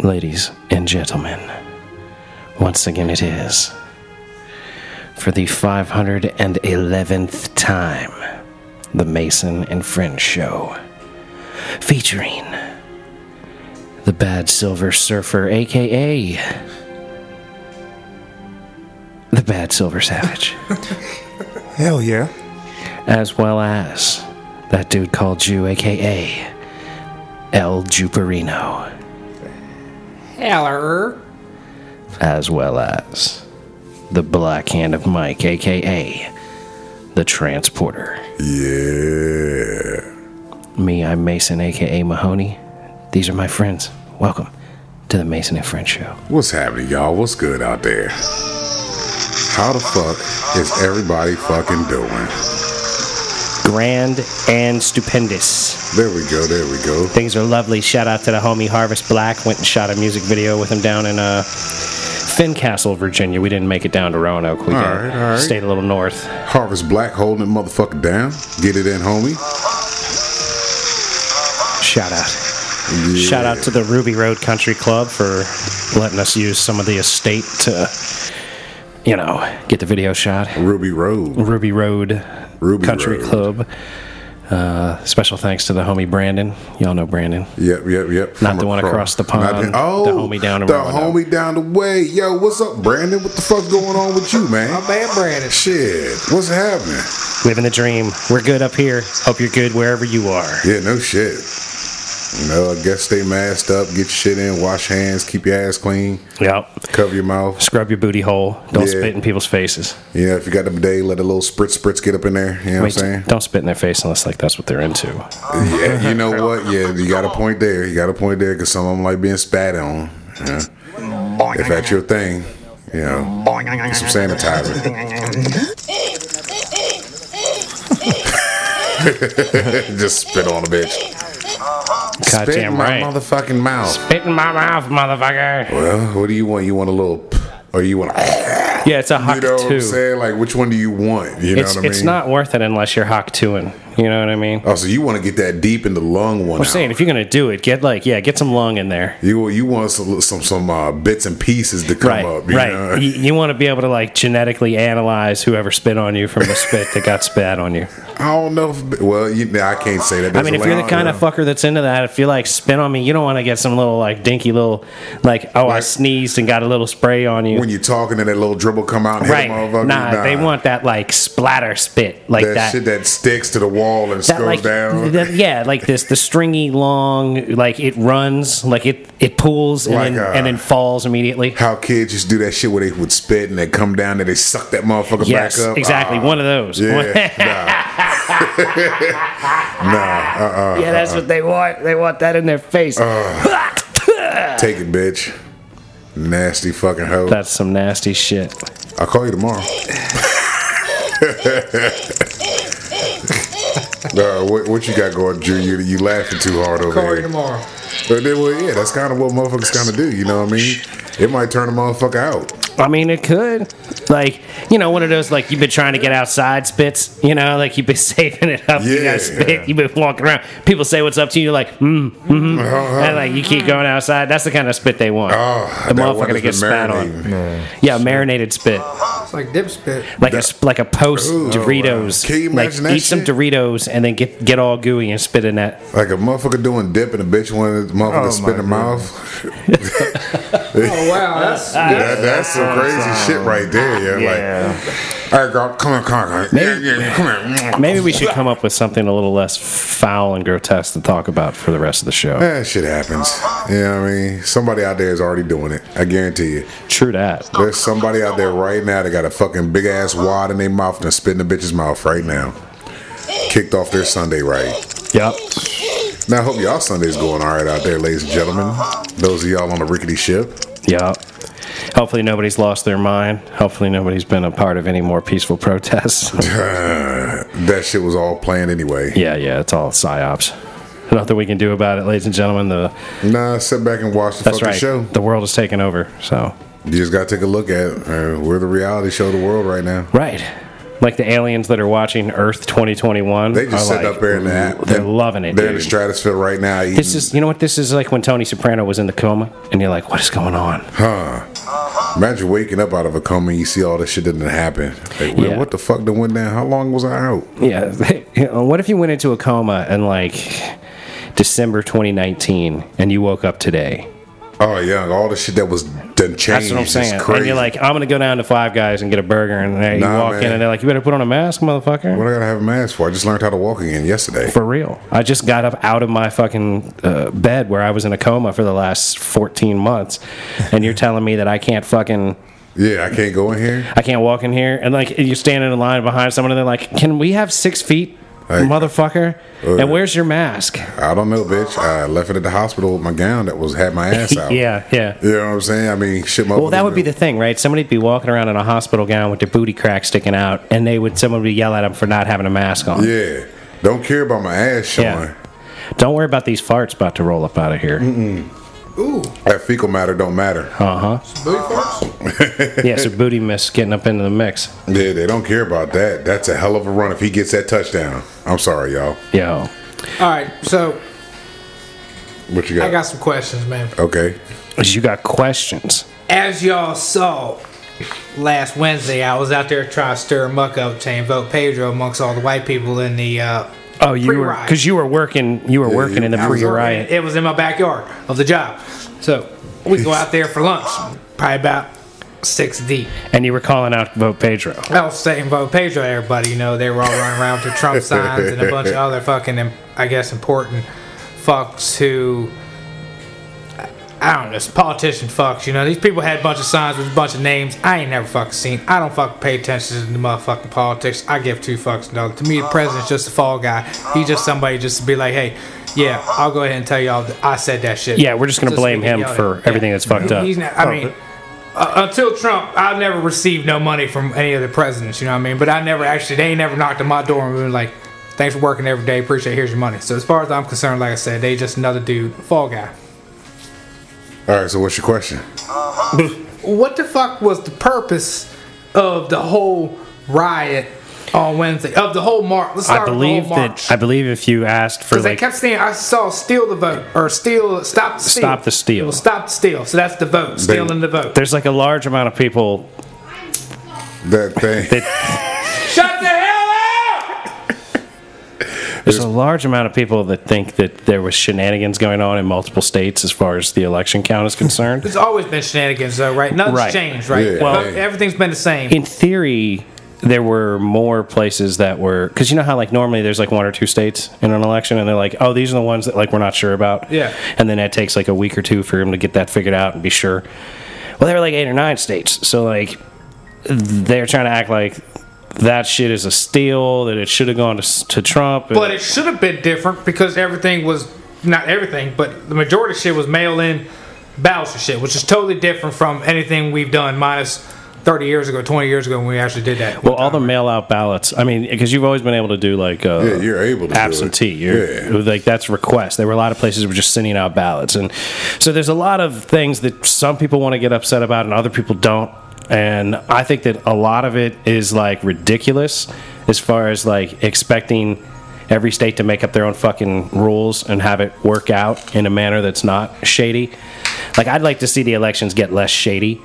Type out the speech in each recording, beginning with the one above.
ladies and gentlemen, once again it is, for the 511th time, the Mason and Friends Show, featuring the Bad Silver Surfer, aka the Bad Silver Savage, Hell yeah. as well as that dude called Jew, aka El Juperino. Heller. as well as the Black Hand of Mike, aka the Transporter. Yeah. Me, I'm Mason, aka Mahoney. These are my friends. Welcome to the Mason and Friends Show. What's happening, y'all? What's good out there? How the fuck is everybody fucking doing? Grand and stupendous. There we go, there we go. Things are lovely. Shout out to the homie Harvest Black. Went and shot a music video with him down in uh, Fincastle, Virginia. We didn't make it down to Roanoke. We All got- right, all right. stayed a little north. Harvest Black holding it motherfucker down. Get it in, homie. Shout out. Yeah. Shout out to the Ruby Road Country Club for letting us use some of the estate to, you know, get the video shot. Ruby Road. Ruby Road Ruby Country Road. Club. Uh, special thanks to the homie Brandon. Y'all know Brandon. Yep, yep, yep. Not From the one across the pond. Not the- oh, The homie down in the Roanoke. homie down the way. Yo, what's up, Brandon? What the fuck's going on with you, man? My man Brandon. Shit, what's happening? Living the dream. We're good up here. Hope you're good wherever you are. Yeah, no shit. You know, I guess stay masked up, get your shit in, wash hands, keep your ass clean, Yep. cover your mouth. Scrub your booty hole. Don't Yeah. spit in people's faces. You know, if you got the bidet, let a little spritz spritz get up in there. You know what I'm saying? Wait, don't spit in their face unless like that's what they're into. Yeah, you know what? Yeah, you got a point there. You got a point there because some of them like being spat on. you know. If that's your thing, you know, get some sanitizer. Just spit on a bitch. God Spit in damn my right. motherfucking mouth. spit in my mouth, motherfucker. Well, what do you want? You want a little, p- or you want a? Yeah, it's a You hock know what I'm two. saying? Like, which one do you want? You know It's, what I mean? it's not worth it unless you're hock twoing. You know what I mean? Oh, so you want to get that deep in the lung one? I'm out. saying if you're gonna do it, get like yeah, get some lung in there. You you want some some, some uh, bits and pieces to come right, up. You right. Know? You, want to be able to like genetically analyze whoever spit on you from the spit that got spat on you. I don't know. If, well, you, nah, I can't say I that. There's mean, a if you're the lot- kind of fucker that's into that, if you like spit on me, you don't want to get some little like dinky little like oh I Right. sneezed and got a little spray on you. when you're talking and that little dribble come out, and right? hit a motherfucker, Nah, they want that like splatter spit like that, that. shit that sticks to the wall and that goes like down. that- yeah, like this the stringy long like it runs like it it pulls and, Like, then, uh, and then falls immediately. how kids just do that shit where they would spit and they come down and they suck that motherfucker Yes, back up. exactly. Ah, One of those. yeah, nah, nah. Uh, uh Yeah, that's what they want. They want that in their face. Take it, bitch. Nasty fucking hoe. That's some nasty shit. I'll call you tomorrow. uh, what, what you got going, Drew? You, you laughing too hard over Corey here. tomorrow. But then, well, yeah, that's kind of what motherfuckers kind of do. You know what I mean? It might turn a motherfucker out. I mean, it could. Like, you know, one of those, like, you've been trying to get outside spits, you know, like you've been saving it up. you Yeah. got spit. You've been walking around. People say what's up to you. You're like, mm, mm-hmm. Uh-huh. And, like, you keep going outside. That's the kind of spit they want. Oh, the that one motherfucker has Ah, that gets been spat on. marinating. Yeah, marinated spit. It's like dip spit. Like a, sp- like a post Ooh. Doritos. Can you like, imagine that eat some shit? Doritos and then get, get all gooey and spit in that. Like a motherfucker doing dip and a bitch wanted the Oh motherfucker to spit in the mouth. Oh wow, that's That, that's some crazy shit right there, yeah. Like, all right, girl, come on, come on, come on. Yeah, yeah, come on. Maybe we should come up with something a little less foul and grotesque to talk about for the rest of the show. That shit happens. You know what I mean? Somebody out there is already doing it. I guarantee you. True that. There's somebody out there right now that got a fucking big ass wad in their mouth and spit in the bitch's mouth right now. Kicked off their Sunday right. Yep. Now, I hope y'all Sunday's going all right out there, ladies and gentlemen. Those of y'all on the rickety ship. Yep. Hopefully nobody's lost their mind. Hopefully nobody's been a part of any more peaceful protests. that shit was all planned anyway. yeah, yeah, it's all psyops. Nothing we can do about it, ladies and gentlemen. The Nah, sit back and watch the that's fucking right. show. The world is taken over. So You just gotta take a look at it. Uh, we're the reality show of the world right now. right. Like the aliens that are watching Earth 2021. They just are sit like, up there in that. They're loving it, They're in dude. the stratosphere right now. Eating, This is, you know what this is like when Tony Soprano was in the coma, and you're like, what is going on? huh? Imagine waking up out of a coma and you see all this shit that didn't happen. Like, well, Yeah. what the fuck done went down? How long was I out? Yeah. you know, what if you went into a coma in like December 2019 and you woke up today? Oh yeah, all the shit that was done changed. That's what I'm is saying. Crazy. And you're like, I'm gonna go down to Five Guys and get a burger, and they, you Nah, walk in man. and they're like, you better put on a mask, motherfucker. what I gotta have a mask for? I just learned how to walk again yesterday. For real. I just got up out of my fucking uh, bed where I was in a coma for the last 14 months, and you're telling me that I can't fucking. Yeah, I can't go in here. I can't walk in here, and like you're standing in line behind someone, and they're like, "Can we have six feet, Hey. motherfucker?" Uh, and where's your mask? I don't know, bitch. I left it at the hospital with my gown that was had my ass out. Yeah, yeah. You know what I'm saying? I mean, shit. Well, that would be the thing, right? Somebody'd be walking around in a hospital gown with their booty crack sticking out, and they would someone would yell at them for not having a mask on. Yeah. Don't care about my ass showing. Yeah. Don't worry about these farts about to roll up out of here. Ooh, That fecal matter don't matter. Uh huh. booty farts? Yeah, so booty miss getting up into the mix. Yeah, they don't care about that. That's a hell of a run if he gets that touchdown. I'm sorry, y'all. Yo. All right, so What you got? I got some questions, man. okay. You got questions. As y'all saw last Wednesday, I was out there trying to stir a muck up, saying vote Pedro amongst all the white people in the. Uh, Oh, you were Pre-ride. because you were working. You were working in the I was pre working. riot. It was in my backyard of the job, so we go out there for lunch, probably about six deep. and you were calling out vote Pedro. I was saying vote Pedro, to everybody. You know, they were all running around with their Trump signs and a bunch of other fucking, im- I guess, important fucks who. I don't know, it's politician fucks. You know, these people had a bunch of signs with a bunch of names. I ain't never fucking seen. I don't fucking pay attention to the motherfucking politics. I give two fucks. No, to me, the president's just a fall guy. He's just somebody just to be like, hey, yeah, I'll go ahead and tell y'all that I said that shit. Yeah, we're just gonna Just blame we can him yell at for everything that's fucked up. He's not, I mean, uh, until Trump, I've never received no money from any of the presidents. You know what I mean? But I never actually, they ain't never knocked on my door and been like, "Thanks for working every day. Appreciate. it. Here's your money." So as far as I'm concerned, like I said, they just another dude, fall guy. All right. So what's your question? What the fuck was the purpose of the whole riot on Wednesday? Of the whole march? Let's I start with the whole believe march. that. I believe if you asked for Because like, they kept saying, I saw steal the vote or steal, stop the steal. Stop the steal. It was Stop the steal. So that's the vote, stealing the vote. there's like a large amount of people. That thing. Shut the hell up! There's a large amount of people that think that there was shenanigans going on in multiple states as far as the election count is concerned. It's always been shenanigans, though, right? Nothing's Right. changed, right? Yeah. Well, Well- everything's been the same. in theory, there were more places that were because you know how like normally there's like one or two states in an election, and they're like, oh, these are the ones that like we're not sure about. Yeah. and then that takes like a week or two for them to get that figured out and be sure. Well, there were like eight or nine states, so like they're trying to act like that shit is a steal that it should have gone to, s- to Trump. and- But it should have been different because everything was not everything, but the majority of shit was mail in ballots and shit, which is totally different from anything we've done minus 30 years ago, 20 years ago when we actually did that. well, all the mail out ballots. I mean, because you've always been able to do like uh, Yeah, you're able to do it. absentee. You're- Yeah. like that's request. There were a lot of places that were just sending out ballots, and so there's a lot of things that some people want to get upset about and other people don't. And I think that a lot of it is like ridiculous as far as like expecting every state to make up their own fucking rules and have it work out in a manner that's not shady. Like I'd like to see the elections get less shady,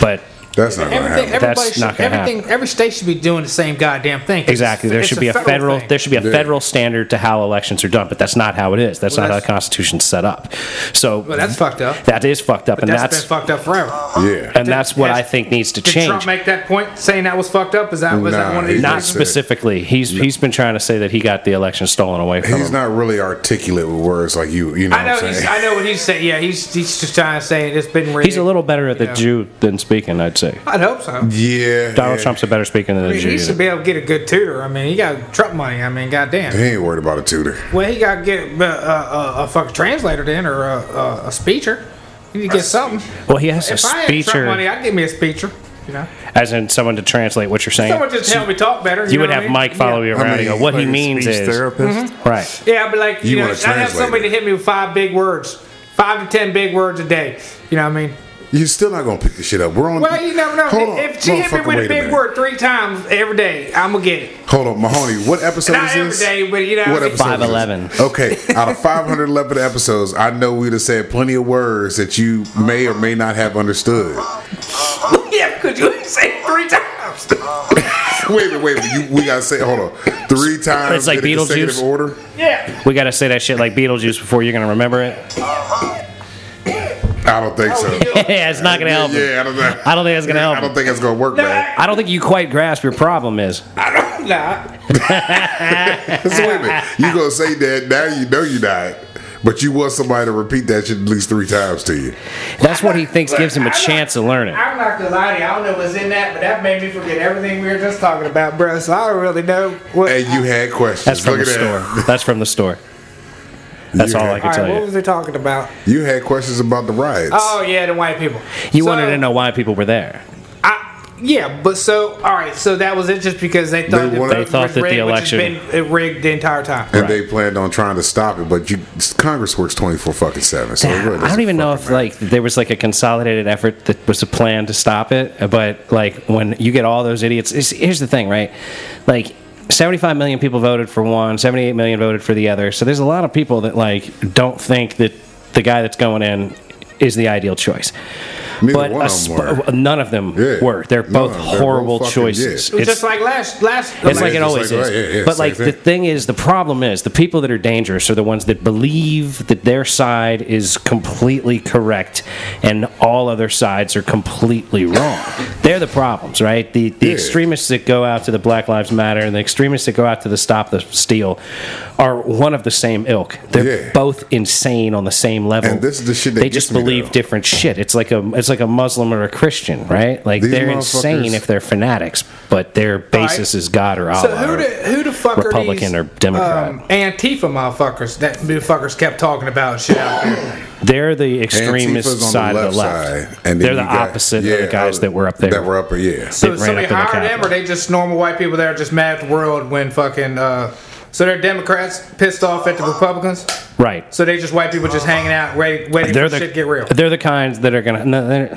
but That's not gonna Everything, happen. everybody That's should, not gonna everything, happen. every state should be doing the same goddamn thing. 'cause Exactly. it's- There it's should a be a federal. thing. there should be a Yeah. federal standard to how elections are done, but that's not how it is. That's Well, not how the that's- Constitution's set up. So Well, that's fucked up. that is fucked up, and that's, that's been fucked up forever. Yeah. and that's what Has- I think needs to Did Trump change. make that point saying that was fucked up? Is that was that Nah, one of these? he Not didn't say it. specifically. He's he's been trying to say that he got the election stolen away from He's him. not really articulate with words like you. You know, I know. what I'm He's, saying? I know what he's saying. Yeah, he's he's just trying to say it's been. rigged. he's a little better at the Yeah. Jew than speaking. I'd say I'd hope so. yeah. Donald yeah. Trump's a better speaker than I the mean, Jew. he should be able to get a good tutor. I mean, he got Trump money. I mean, He goddamn. ain't worried about a tutor. Well, he got to get uh, uh, uh, a fucking translator then, or a, a, a speecher. He need to get something. well, he has a If I had Trump money, speecher, I'd give me a speecher. You know, as in someone to translate what you're saying. someone just help me talk better. You, you would know what have I mean? Mike follow yeah. you around and go, "What he means speech is therapist. Mm-hmm. right." Yeah, I'd be like, you, You know, want a I'd have somebody translator. to hit me with five big words, five to ten big words a day. You know what I mean? You're still not gonna pick the shit up. We're on. Well, you never know. Hold on. if she hit me Motherfucker, with wait a a big minute. word three times every day, I'm gonna get it. Hold on, Mahoney. What episode Not is every this? day, but you know, What it's- episode? 511. is this? Okay, out of 511 episodes, I know we'd have said plenty of words that you may or may not have understood. yeah, because you say it three times. Wait a minute, wait a minute. You, we gotta say, hold on, three times. It's like in a consecutive Beetlejuice. Order. Yeah. We got to say that shit like Beetlejuice before you're going to remember it. I don't Oh, think so. yeah, it's not going to help. yeah, it. I don't think. I don't think it's going to help. I don't think it's gonna work, man. I don't think you quite grasp your problem is. Nah. So wait a minute. You gonna say that now? You know you died, but you want somebody to repeat that shit at least three times to you. That's what he thinks gives him a I'm not- chance to learn it. I'm not gonna lie to you. I don't know what's in that, but that made me forget everything we were just talking about, bro. So I don't really know what. And you had questions. That's from the Look at that. store. That's from the store. That's You all had- I all can right, tell what you. was he talking about? You had questions about the riots. Oh yeah, the white people. You So, wanted to know why people were there. I, yeah, but so all right, so that was it, just because they thought They the wanted- vote They thought was that the rigged, which has election- been rigged the entire time. and they planned on trying to stop it, but you Congress works twenty four fucking seven. So it really I don't doesn't even know fucking if like there was like a consolidated effort that was a plan to stop it, but like when you get all those idiots, it's, here's the thing, right? Like 75 million people voted for one, 78 million voted for the other. So there's a lot of people that like don't think that the guy that's going in is the ideal choice. Neither but one a of 'em sp- were. none of them Yeah. were. They're No, both they're both horrible fucking- choices. yeah. It was just like last last. It's like Yeah, it just always like, is. right, yeah, yeah, but same like the thing. thing is, the problem is the people that are dangerous are the ones that believe that their side is completely correct and all other sides are completely wrong. They're the problems, right? The the Yeah. extremists that go out to the Black Lives Matter and the extremists that go out to the Stop the Steal are one of the same ilk. They're Yeah. both insane on the same level. And this is the shit that they gets just me, believe though. different shit. It's like a it's like a Muslim or a Christian, right? Like These they're motherfuckers- insane if they're fanatics, but their Right. basis is God or Allah. So who the who the fuck Republican are or these, Democrat. Um, Antifa motherfuckers that motherfuckers kept talking about and shit out there. They're the Antifa's extremist on side of the left. side, and then They're the you got- opposite yeah, of the guys uh, that were up there. That were up, yeah. So ran somebody up in the hired them, Capitol. or they just normal white people that are just mad at the world when fucking. Uh, so they're Democrats pissed off at the Republicans. right. So they just white people just hanging out, ready, waiting They're for the shit to get real. They're the kinds that are gonna. No, they're-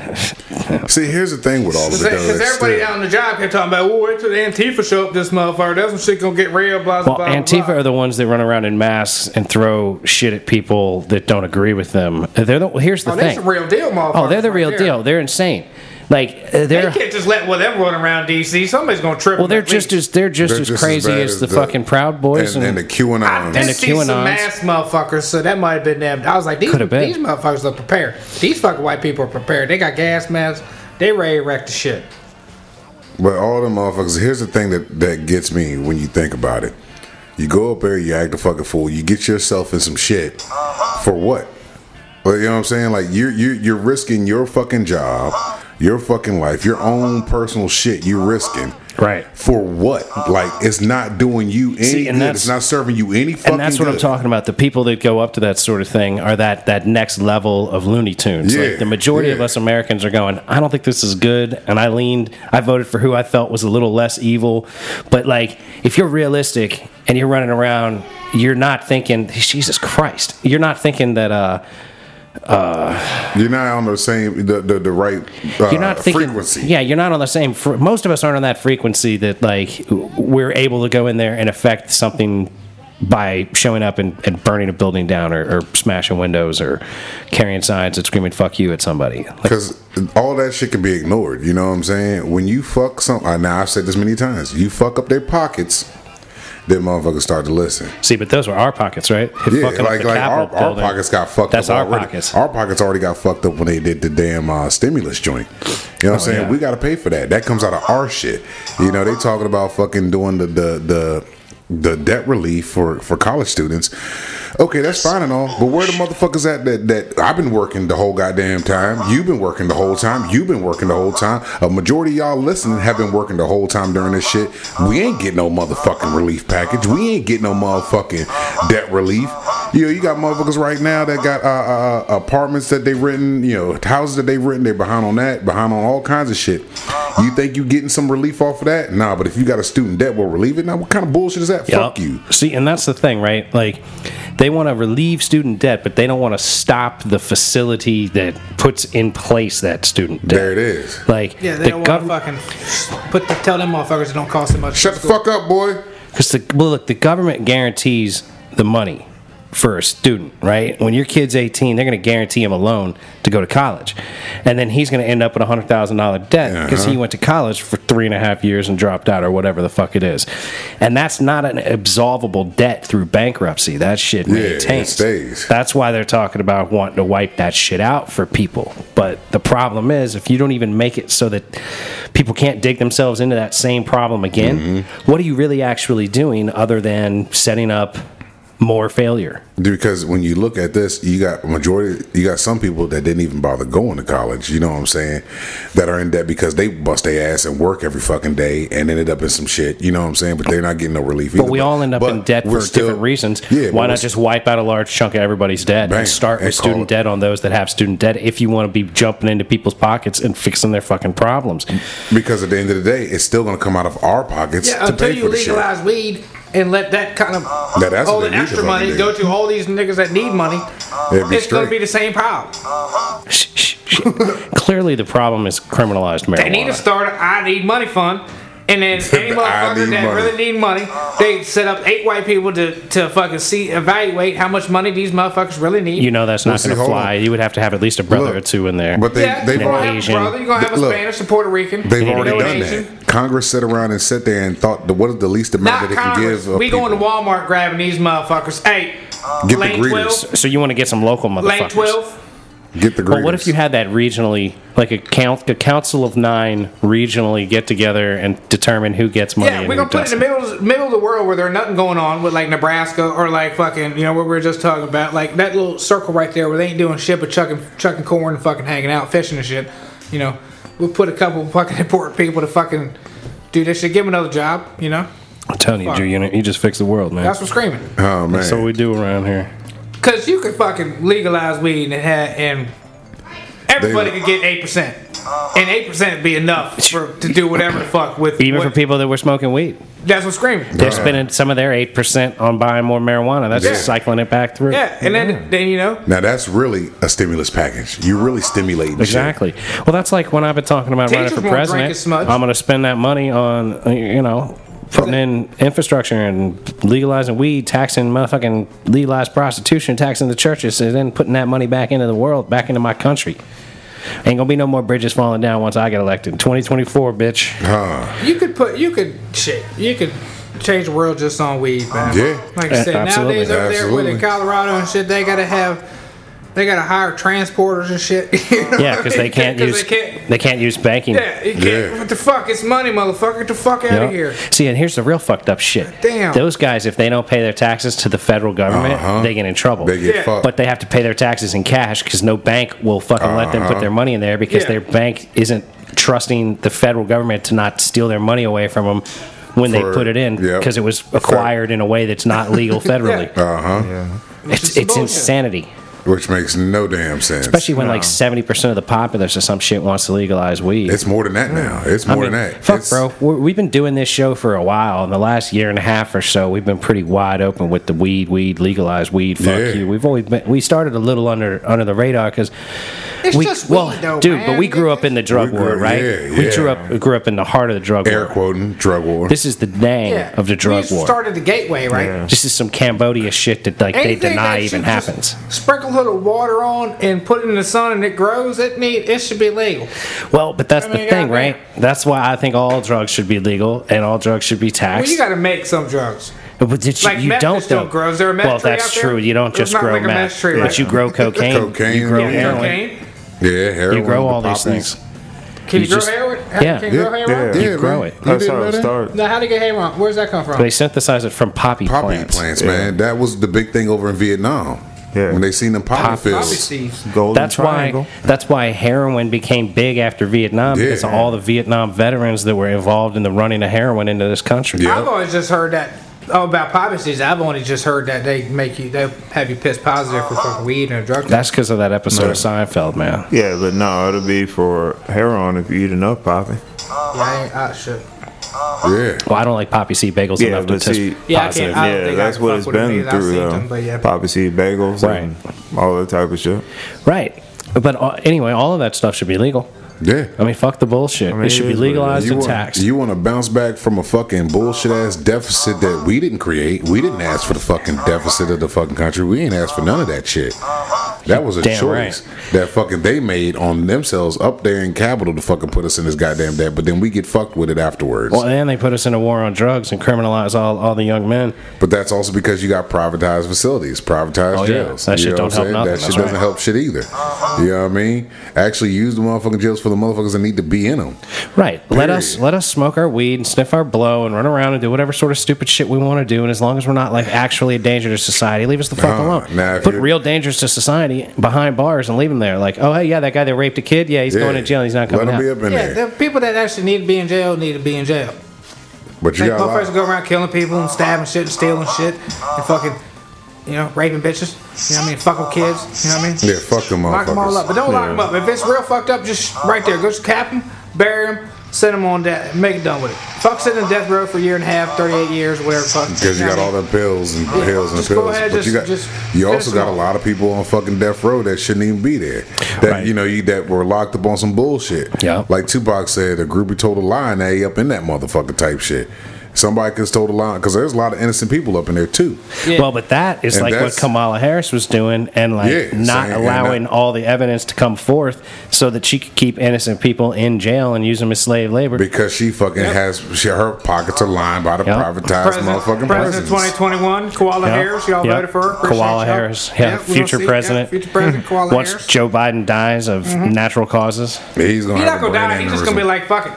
See, here's the thing with all of it. though, Because it's everybody still- down on the job kept talking about, well, wait till the Antifa show up this motherfucker. That's when shit gonna get real, blah, blah, well, blah. Antifa blah. are the ones that run around in masks and throw shit at people that don't agree with them. They're the. Here's the Oh, thing. that's the real deal, motherfucker. oh, they're the real deal. They're insane. Like uh, They they're. can't just let whatever run around DC. Somebody's gonna trip. Well, them they're at just least. as they're just they're as just crazy bad as the, fucking Proud Boys Mm. and, and the QAnon. I did the see some QAnons. mass motherfuckers, so that might have been them. I was like, these, Coulda been. these motherfuckers are prepared. These fucking white people are prepared. They got gas masks. They ready to wreck the shit. But all them motherfuckers. Here's the thing that that gets me when you think about it. You go up there, you act a fucking fool. You get yourself in some shit for what? Well, you know what I'm saying? Like you you you're risking your fucking job, your fucking life, your own personal shit. You're risking. right. For what? Like it's not doing you any See, and good. that's- It's not serving you any fucking. and that's what I'm good. talking about. The people that go up to that sort of thing are that that next level of Looney Tunes. Yeah, like the majority of yeah. us Americans are going. I don't think this is good, and I leaned. I voted for who I felt was a little less evil, but like if you're realistic and you're running around, you're not thinking Jesus Christ. You're not thinking that. uh You're not on the same the the, the right uh, You're not thinking. frequency. Yeah, you're not on the same. Fr- most of us aren't on that frequency that like we're able to go in there and affect something by showing up and, and burning a building down or, or smashing windows or carrying signs and screaming "fuck you" at somebody. Like, Because all that shit can be ignored. You know what I'm saying? When you fuck some, uh, now I've said this many times. You fuck up their pockets, then motherfuckers start to listen. see, but those were our pockets, right? Yeah, Fucking up like the like our, Capitol our building. pockets got fucked That's up. our already. pockets. Our pockets already got fucked up when they did the damn uh, stimulus joint. You know what I'm saying? yeah. We got to pay for that. That comes out of our shit. You know, they talking about fucking doing the the the. The debt relief for, for college students, okay, that's fine and all, but where the motherfuckers at that, that I've been working the whole goddamn time? You've been working the whole time. You've been working the whole time. A majority of y'all listening have been working the whole time during this shit. We ain't getting no motherfucking relief package. We ain't getting no motherfucking debt relief. You know, you got motherfuckers right now that got uh, uh, uh, apartments that they renting, you know, houses that they renting. They're behind on that, behind on all kinds of shit. You think you getting some relief off of that? Nah, but if you got a student debt, we'll relieve it. Now, what kind of bullshit is that? Yep. Fuck you. See, and that's the thing, right? Like, They want to relieve student debt, but they don't want to stop the facility that puts in place that student debt. There it is. Like Yeah, they the don't want government. to fucking put the, tell them motherfuckers it don't cost so much. Shut the fuck up, boy. Because the well, look, the government guarantees the money for a student, right? When your kid's 18, they're going to guarantee him a loan to go to college, and then he's going to end up with a hundred thousand dollar debt because he Uh-huh. went to college for three and a half years and dropped out or whatever the fuck it is, and that's not an absolvable debt through bankruptcy. That shit it maintains. stays. That's why they're talking about wanting to wipe that shit out for people. But the problem is, if you don't even make it so that people can't dig themselves into that same problem again, Mm-hmm. what are you really actually doing other than setting up more failure? Because when you look at this, you got majority, you got some people that didn't even bother going to college. You know what I'm saying? That are in debt because they bust their ass and work every fucking day and ended up in some shit. You know what I'm saying? But they're not getting no relief. But we all end up in debt for different reasons. Why Yeah. but not we're- just wipe out a large chunk of everybody's debt Bang, and start and with student call it- debt on those that have student debt if you want to be jumping into people's pockets and fixing their fucking problems? because at the end of the day, it's still going to come out of our pockets Yeah, to until pay you for the shit. legalize weed and let that kind of Now, that's all what the they need to extra fucking money do. go to all these niggas that need money, It'd be it's straight. going to be the same problem. Shh, shh, shh. Clearly, the problem is criminalized marijuana. They need to start an I need money fund. And then any The I motherfucker need that money. really need money, they set up eight white people to, to fucking see evaluate how much money these motherfuckers really need. You know that's Well, not see, going to hold fly. on. You would have to have at least a brother Look, or two in there. But they, yeah, they've you're gonna already, have a Asian. brother, you're gonna have a Look, Spanish, a Puerto Rican, they've you already know, an done Asian. that. Congress sat around and sat there and thought, the, what is the least amount Not that they can Congress. give? of We going to people? Walmart grabbing these motherfuckers. Hey, Get the lane greeters. 12, so you want to get some local lane motherfuckers. 12. Get the But what if greeters. you had that regionally, like a count, a council of nine regionally get together and determine who gets money? Yeah, and we're who gonna put it in the middle, middle of the world where there's nothing going on with like Nebraska or like fucking, you know, what we were just talking about. Like that little circle right there where they ain't doing shit but chucking, chucking corn and fucking hanging out, fishing and shit. You know, we'll put a couple fucking important people to fucking do this shit. Give them another job, you know? doesn't. I'm telling you, Drew, you, know, you just fix the world, man. That's what's screaming. Oh, man. That's what we do around here. Because you could fucking legalize weed and, ha- and everybody They- could get 8%. And 8% be enough for, to do whatever the fuck with. Even what- for people that were smoking weed, That's what's screaming. they're spending some of their eight percent on buying more marijuana. That's just Yeah. cycling it back through. Yeah, and then, then you know, Now that's really a stimulus package. You really stimulating shit. Exactly. Well, that's like when I've been talking about running Teachers for won't drink president. as smudge. I'm going to spend that money on uh, you know putting in infrastructure and legalizing weed, taxing motherfucking legalized prostitution, taxing the churches, and then putting that money back into the world, back into my country. Ain't gonna be no more bridges falling down once I get elected. 2024, bitch. Huh. you could put, you could, shit, you could change the world just on weed, man. Yeah. Like I Yeah, said, absolutely. nowadays over there with in Absolutely. Colorado and shit, they gotta have, they gotta hire transporters and shit. you know Yeah, what because I they mean? can't 'Cause use They can't, they can't use banking. yeah, you can't. Yeah. What the fuck? It's money, motherfucker. Get the fuck out Yep. of here. See, and here's the real fucked up shit. Damn. Those guys, if they don't pay their taxes to the federal government, Uh-huh. they get in trouble. They get Yeah. fucked. but they have to pay their taxes in cash because no bank will fucking let them put their money in there because Yeah. their bank isn't trusting the federal government to not steal their money away from them when For- they put it in yep. because it was acquired in a way that's not legal federally. uh huh. It's, It's it's bullshit. insanity, Which makes no damn sense. especially when like seventy percent of the populace or some shit wants to legalize weed. it's more than that now. It's more I mean, than that. Fuck, It's- bro. We're, we've been doing this show for a while. In the last year and a half or so, we've been pretty wide open with the weed, weed, legalized weed. Fuck Yeah. you. We've always been. We started a little under under the radar because It's we, just well, weed, though, dude. But man. we grew up in the drug We war, grew- right? yeah, We yeah. grew up grew up in the heart of the drug Air war. quoting drug war. This is the name Yeah. of the drug we war. started the gateway, right? this is some Cambodia shit that like they Anything deny that even you just happens. Sprinkle a little water on and put it in the sun and it grows. It need it should be legal. Well, but that's I the mean, thing, goddamn. right? That's why I think all drugs should be legal and all drugs should be Well, taxed. you got to make some drugs. But did you, Like you meth don't just don't though. grow. Is there a meth well, tree that's out there? true. You don't There's just not grow like a meth, meth tree, but right? you grow cocaine. Cocaine, you grow yeah. heroin. Cocaine. yeah, heroin. You grow the all these poppies. things. Can you, You grow just- heroin? yeah. Can you Yeah, grow heroin? yeah, You grow man. it. You That's didn't how know it that? started. Now, how to get heroin? Where's that come from? They synthesize it from poppy, Poppy plants, plants. man. That was the big thing over in Vietnam. Yeah. When they seen them poppy Pop- Poppy fields. seeds. Golden That's triangle. why. That's why heroin became big after Vietnam Yeah. because of all the Vietnam veterans that were involved in the running of heroin into this country. Yeah. I've always just heard that. Oh, about poppy seeds. I've only just heard that they make you, they have you piss positive for fucking weed and a drug. That's because of that episode of Seinfeld, man. Yeah, but no, it'll be for heroin if you eat enough poppy. Yeah, I ain't, I, shit. Yeah. Well, I don't like poppy seed bagels Yeah, enough to but test. see, Yeah, I positive. can't- I don't yeah, think I that's can what fuck it's with them been either. I've through seen though. them, but yeah. Poppy seed bagels, and all that type of shit. Right. But uh, anyway, all of that stuff should be legal. Yeah. I mean, fuck the bullshit. mean, it should it be is what it is. legalized You and want, taxed. you want to bounce back from a fucking bullshit ass deficit that we didn't create. We didn't ask for the fucking deficit of the fucking country. We ain't asked for none of that shit. That was a Damn choice right. that fucking they made on themselves up there in capital to fucking put us in this goddamn debt. But then we get fucked with it afterwards. well, and they put us in a war on drugs and criminalize all, all the young men. But that's also because you got privatized facilities, privatized Oh, yeah. jails. That You shit know don't help what I'm saying? nothing. That shit That's doesn't right. help shit either. Uh-huh. You know what I mean? Actually, use the motherfucking jails for the motherfuckers that need to be in them. Right. Let us Period. let us smoke our weed and sniff our blow and run around and do whatever sort of stupid shit we want to do. And as long as we're not like actually a danger to society, leave us the fuck Nah, alone. nah, if Put you're- real dangers to society behind bars and leave them there. Like, oh hey, yeah, that guy that raped a kid, yeah, he's going to jail. He's not coming Let out. them be up in Yeah, there. the people that actually need to be in jail need to be in jail. But you Like, got a lot. motherfuckers go around killing people and stabbing shit and stealing shit and fucking, you know, raping bitches. You know what I mean? Fucking kids. You know what I mean? Yeah, fuck them Lock them all motherfuckers. up, but don't lock them up. If it's real fucked up, just right there. Go just cap them, bury them, send them on death, make it done with it. Fuck sitting on death row for a year and a half, 38 years, whatever. Fuck. Because you got all the pills and pills and Just go pills, ahead, but you got just- just you finish also got a them lot of people on fucking death row that shouldn't even be there. That Right. you know you that were locked up on some bullshit. Yeah. like Tupac said, a groupie told a lie and they up in that motherfucker type shit. Somebody could told a lie because there's a lot of innocent people up in there too. Well, but that is And like what that's- Kamala Harris was doing, and like Yeah, not saying- and allowing not- all the evidence to come forth, so that she could keep innocent people in jail and use them as slave labor. Because she fucking has she, her pockets are lined by the Yep. privatized motherfucking President prisons. 2021, Koala Yeah, Harris. Y'all yeah. voted for her. Appreciate Koala y'all. Harris, yeah, we gonna future see- yeah, president. Hmm. future president, Koala Once Harris. Mm-hmm. Joe Biden dies of natural causes, He's gonna He's have not a gonna brain die. He's just gonna aneurysm. be like, fuck it.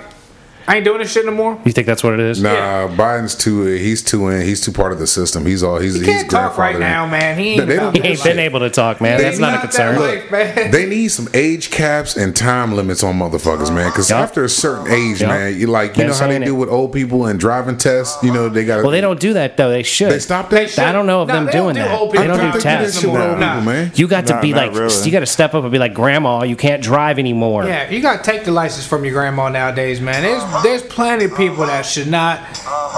I ain't doing this shit no more. you think that's what it is? Nah, Yeah. Biden's too. He's too in. He's too part of the system. He's all. He's He he's can't talk right grandfathered in. now, man. He ain't, They about don't- He ain't that been life. able to talk, man. They- That's not, Not a that concern. way. Look, man. they need some age caps and time limits on motherfuckers, man. Because Yup. after a certain age, Yup. man, you like you Been know how they saying it. do with old people and driving tests. You know they got. Well, they don't do that though. They should. They stopped that. I don't know of No, them they don't doing do that. old They people don't do driving tests. anymore. Nah. Nah. People, man. You got to Nah, be not like, really. you got to step up and be like, Grandma, you can't drive anymore. Yeah, you gotta take the license from your grandma nowadays, man. There's there's plenty of people that should not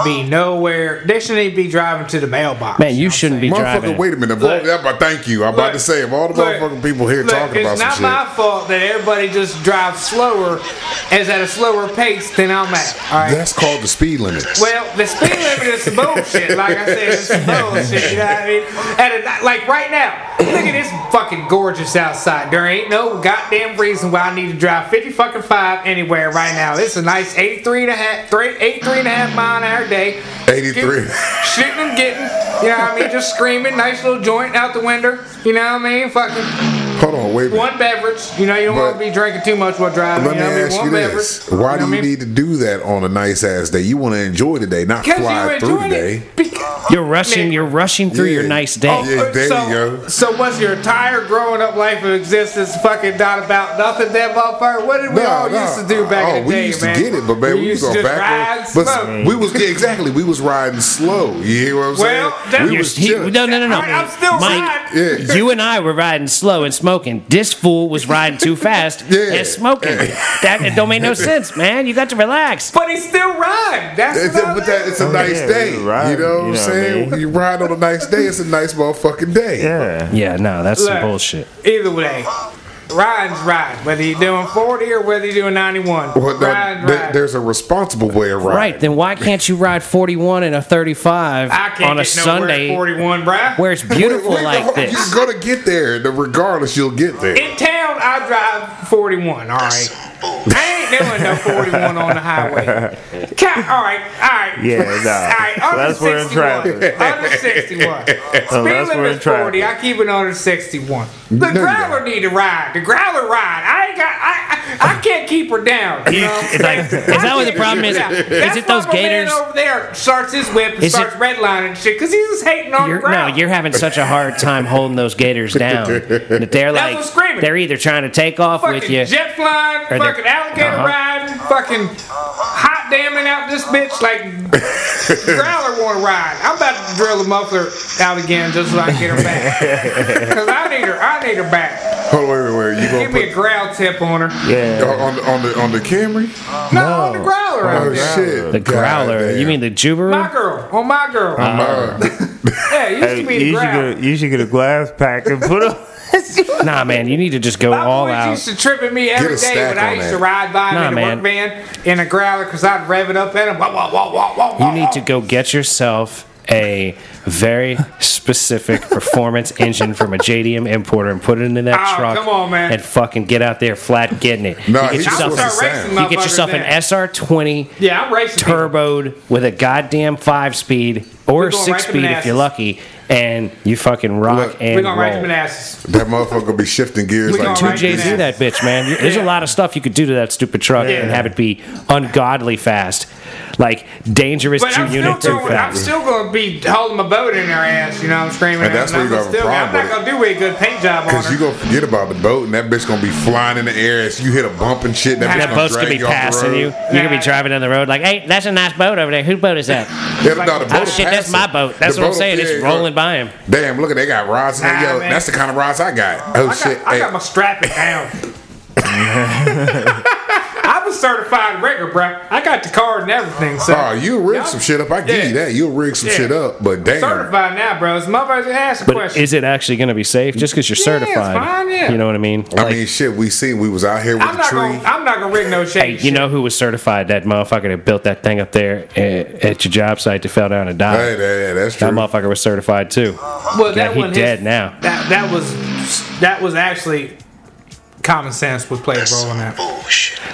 be nowhere. They shouldn't even be driving to the mailbox. Man, you shouldn't be driving. Motherfucker, wait a minute. Of all- Look. yeah, but thank you. I'm about to say, of all the motherfucking people here talking about it's some not shit. my fault that everybody just drives slower, is at a slower pace than I'm at. All right. That's called the speed limit. well, the speed limit is some bullshit. Like I said, it's some bullshit. You know what I mean? At a, like right now, look at this fucking gorgeous outside. There ain't no goddamn reason why I need to drive 50 fucking 5 anywhere right now. This is a nice 83 and a half, three, 83 and a half mile an hour day. 83. Shooting, shooting and getting. You know what I mean? Just screaming. Nice little joint out the window. You know what I mean? Fucking Hold on, wait a minute. one beverage. You know, you don't want But- to be drinking too much while driving. Let you me know, what I mean? ask you one this: beverage. Why you know do what you I mean? need to do that on a nice ass day? You want to enjoy the day, not Because you fly through the enjoying day. it. Because, You're rushing. Man. You're rushing through your Yeah. nice day. Oh, yeah, there so, you go. So was your entire growing up life of existence fucking not about nothing that motherfucker? What did we No, all no. used to do back oh, in the we day, used man? to get it, but man, we, was used to going just back. ride and- and But smoke. we was yeah, exactly. We was riding slow. You hear what I'm Well, saying? that's- We You're- was he- chilling. no, no, no, no. All right, I'm still Mike, riding. Yeah. you and I were riding slow and smoking. This fool was riding too fast Yeah. and smoking. That it don't make no sense, man. You got to relax. but he still ride. That's It's what a, I but that, it's a Oh, nice yeah, we day. ride, you know what I'm you know what I saying? mean? You ride on a nice day. It's a nice motherfucking day. Yeah, Yeah, no, that's some Look, bullshit. Either way, riding's ride. Whether you're doing 40 or whether you're doing 91. Well, no, ride, there- ride. there's a responsible way of riding. Right, then why can't you ride 41 and a 35 I on can't a get nowhere at Sunday 41, bruh. where it's beautiful Wait, like no, this? You're gonna get there. The- Regardless, you'll get there. In town, I drive 41. All right. I ain't doing no 41 on the highway. Ca- all right, all right. Yeah, nah. All right, So under that's where I'm 61. traveling. Under 61. So that's Speed where I'm limit's 40. traveling. I keep it under 61. The No, you growler don't. need to ride. The growler ride. I ain't got. I I, I can't keep her down. You know what I'm saying? is that I what the can't problem keep is? her down. Is That's it those why my man gators- over there starts his whip and Is it- starts redlining and shit because he's just hating on You're, the no, ground. you're having such a hard time holding those gators down. That they're That's like what's screaming. they're either trying to take off fucking with you. jet flying, Or they're- fucking alligator Uh-huh. riding, fucking hot damn it out this bitch like Growler want to ride. I'm about to drill the muffler out again just so I can get her back. Cause I need her. I need her back. Hold on, wait, wait, wait. You gonna Give me a put growl tip on her. Yeah. on the on the on the Camry? No, on the Growler. out Oh there. shit! The growler. Goddamn. You mean the juber? My girl. On my girl. Uh-huh. Uh, yeah, it used Hey, to be the you, should growl. get a, you should get a glass pack and put a. Nah, man, you need to just go My all boys out. used to trip at me every a day stack when I on used that. to ride by Nah, him in a work van in a growler because I'd rev it up at him. Wah, wah, wah, wah, wah, wah, You need to go get yourself a very specific performance engine from a JDM importer and put it into that Oh, truck come on, man. and fucking get out there flat getting it. Nah, you get he just yourself, wants to Start sound. racing you get yourself an motherfuckers then. SR20 Yeah, I'm racing. people. turboed with a goddamn five speed We're or going right six to the speed if you're asses. lucky, and you fucking rock Look, and We're gonna ride them in roll. asses. that motherfucker be shifting gears We like gonna two ride Jay G's. Z that bitch, man. There's Yeah. a lot of stuff you could do to that stupid truck and Yeah. have it be ungodly fast, like dangerous But to I'm still, unit too going, I'm fast. still gonna be holding my boat in their ass, you know, I'm screaming. And that's at 'em. where you I'm, got a still- I'm problem not gonna do a good paint job on Cause her. you gonna forget about the boat, and that bitch gonna be flying in the air. As you hit a bump and shit, that, And bitch that gonna boat's gonna drag be you off the passing road. you. You're gonna be driving down the road like, hey, that's a nice boat over there. Whose boat is that? Yeah, no, the boat Oh will shit, pass that's it. my boat. That's The what I'm boat- saying. yeah, It's yeah. rolling by him. Damn, look at they got rods. in there. Nah, Yo, man. that's the kind of rods I got. Oh I got, shit! I Hey, got my strapping down. I'm a certified rigger, bro. I got the card and everything. So oh, you'll rig some shit up. I give Yeah. you that. You'll rig some Yeah. shit up, but damn, certified now, bro. It's motherfuckers ask a But question. is it actually gonna be safe just because you're Yeah, it's certified? fine, yeah. You know what I mean? I mean, shit. We seen we was out here with I'm the not tree. gonna. I'm not gonna rig no Hey, shade. you know who was certified? That motherfucker that built that thing up there at, at your job site that fell down and died. hey, that, yeah, that's That true. motherfucker was certified too. well, yeah, he wasn't dead now. That that was that was actually common sense would play a role in that.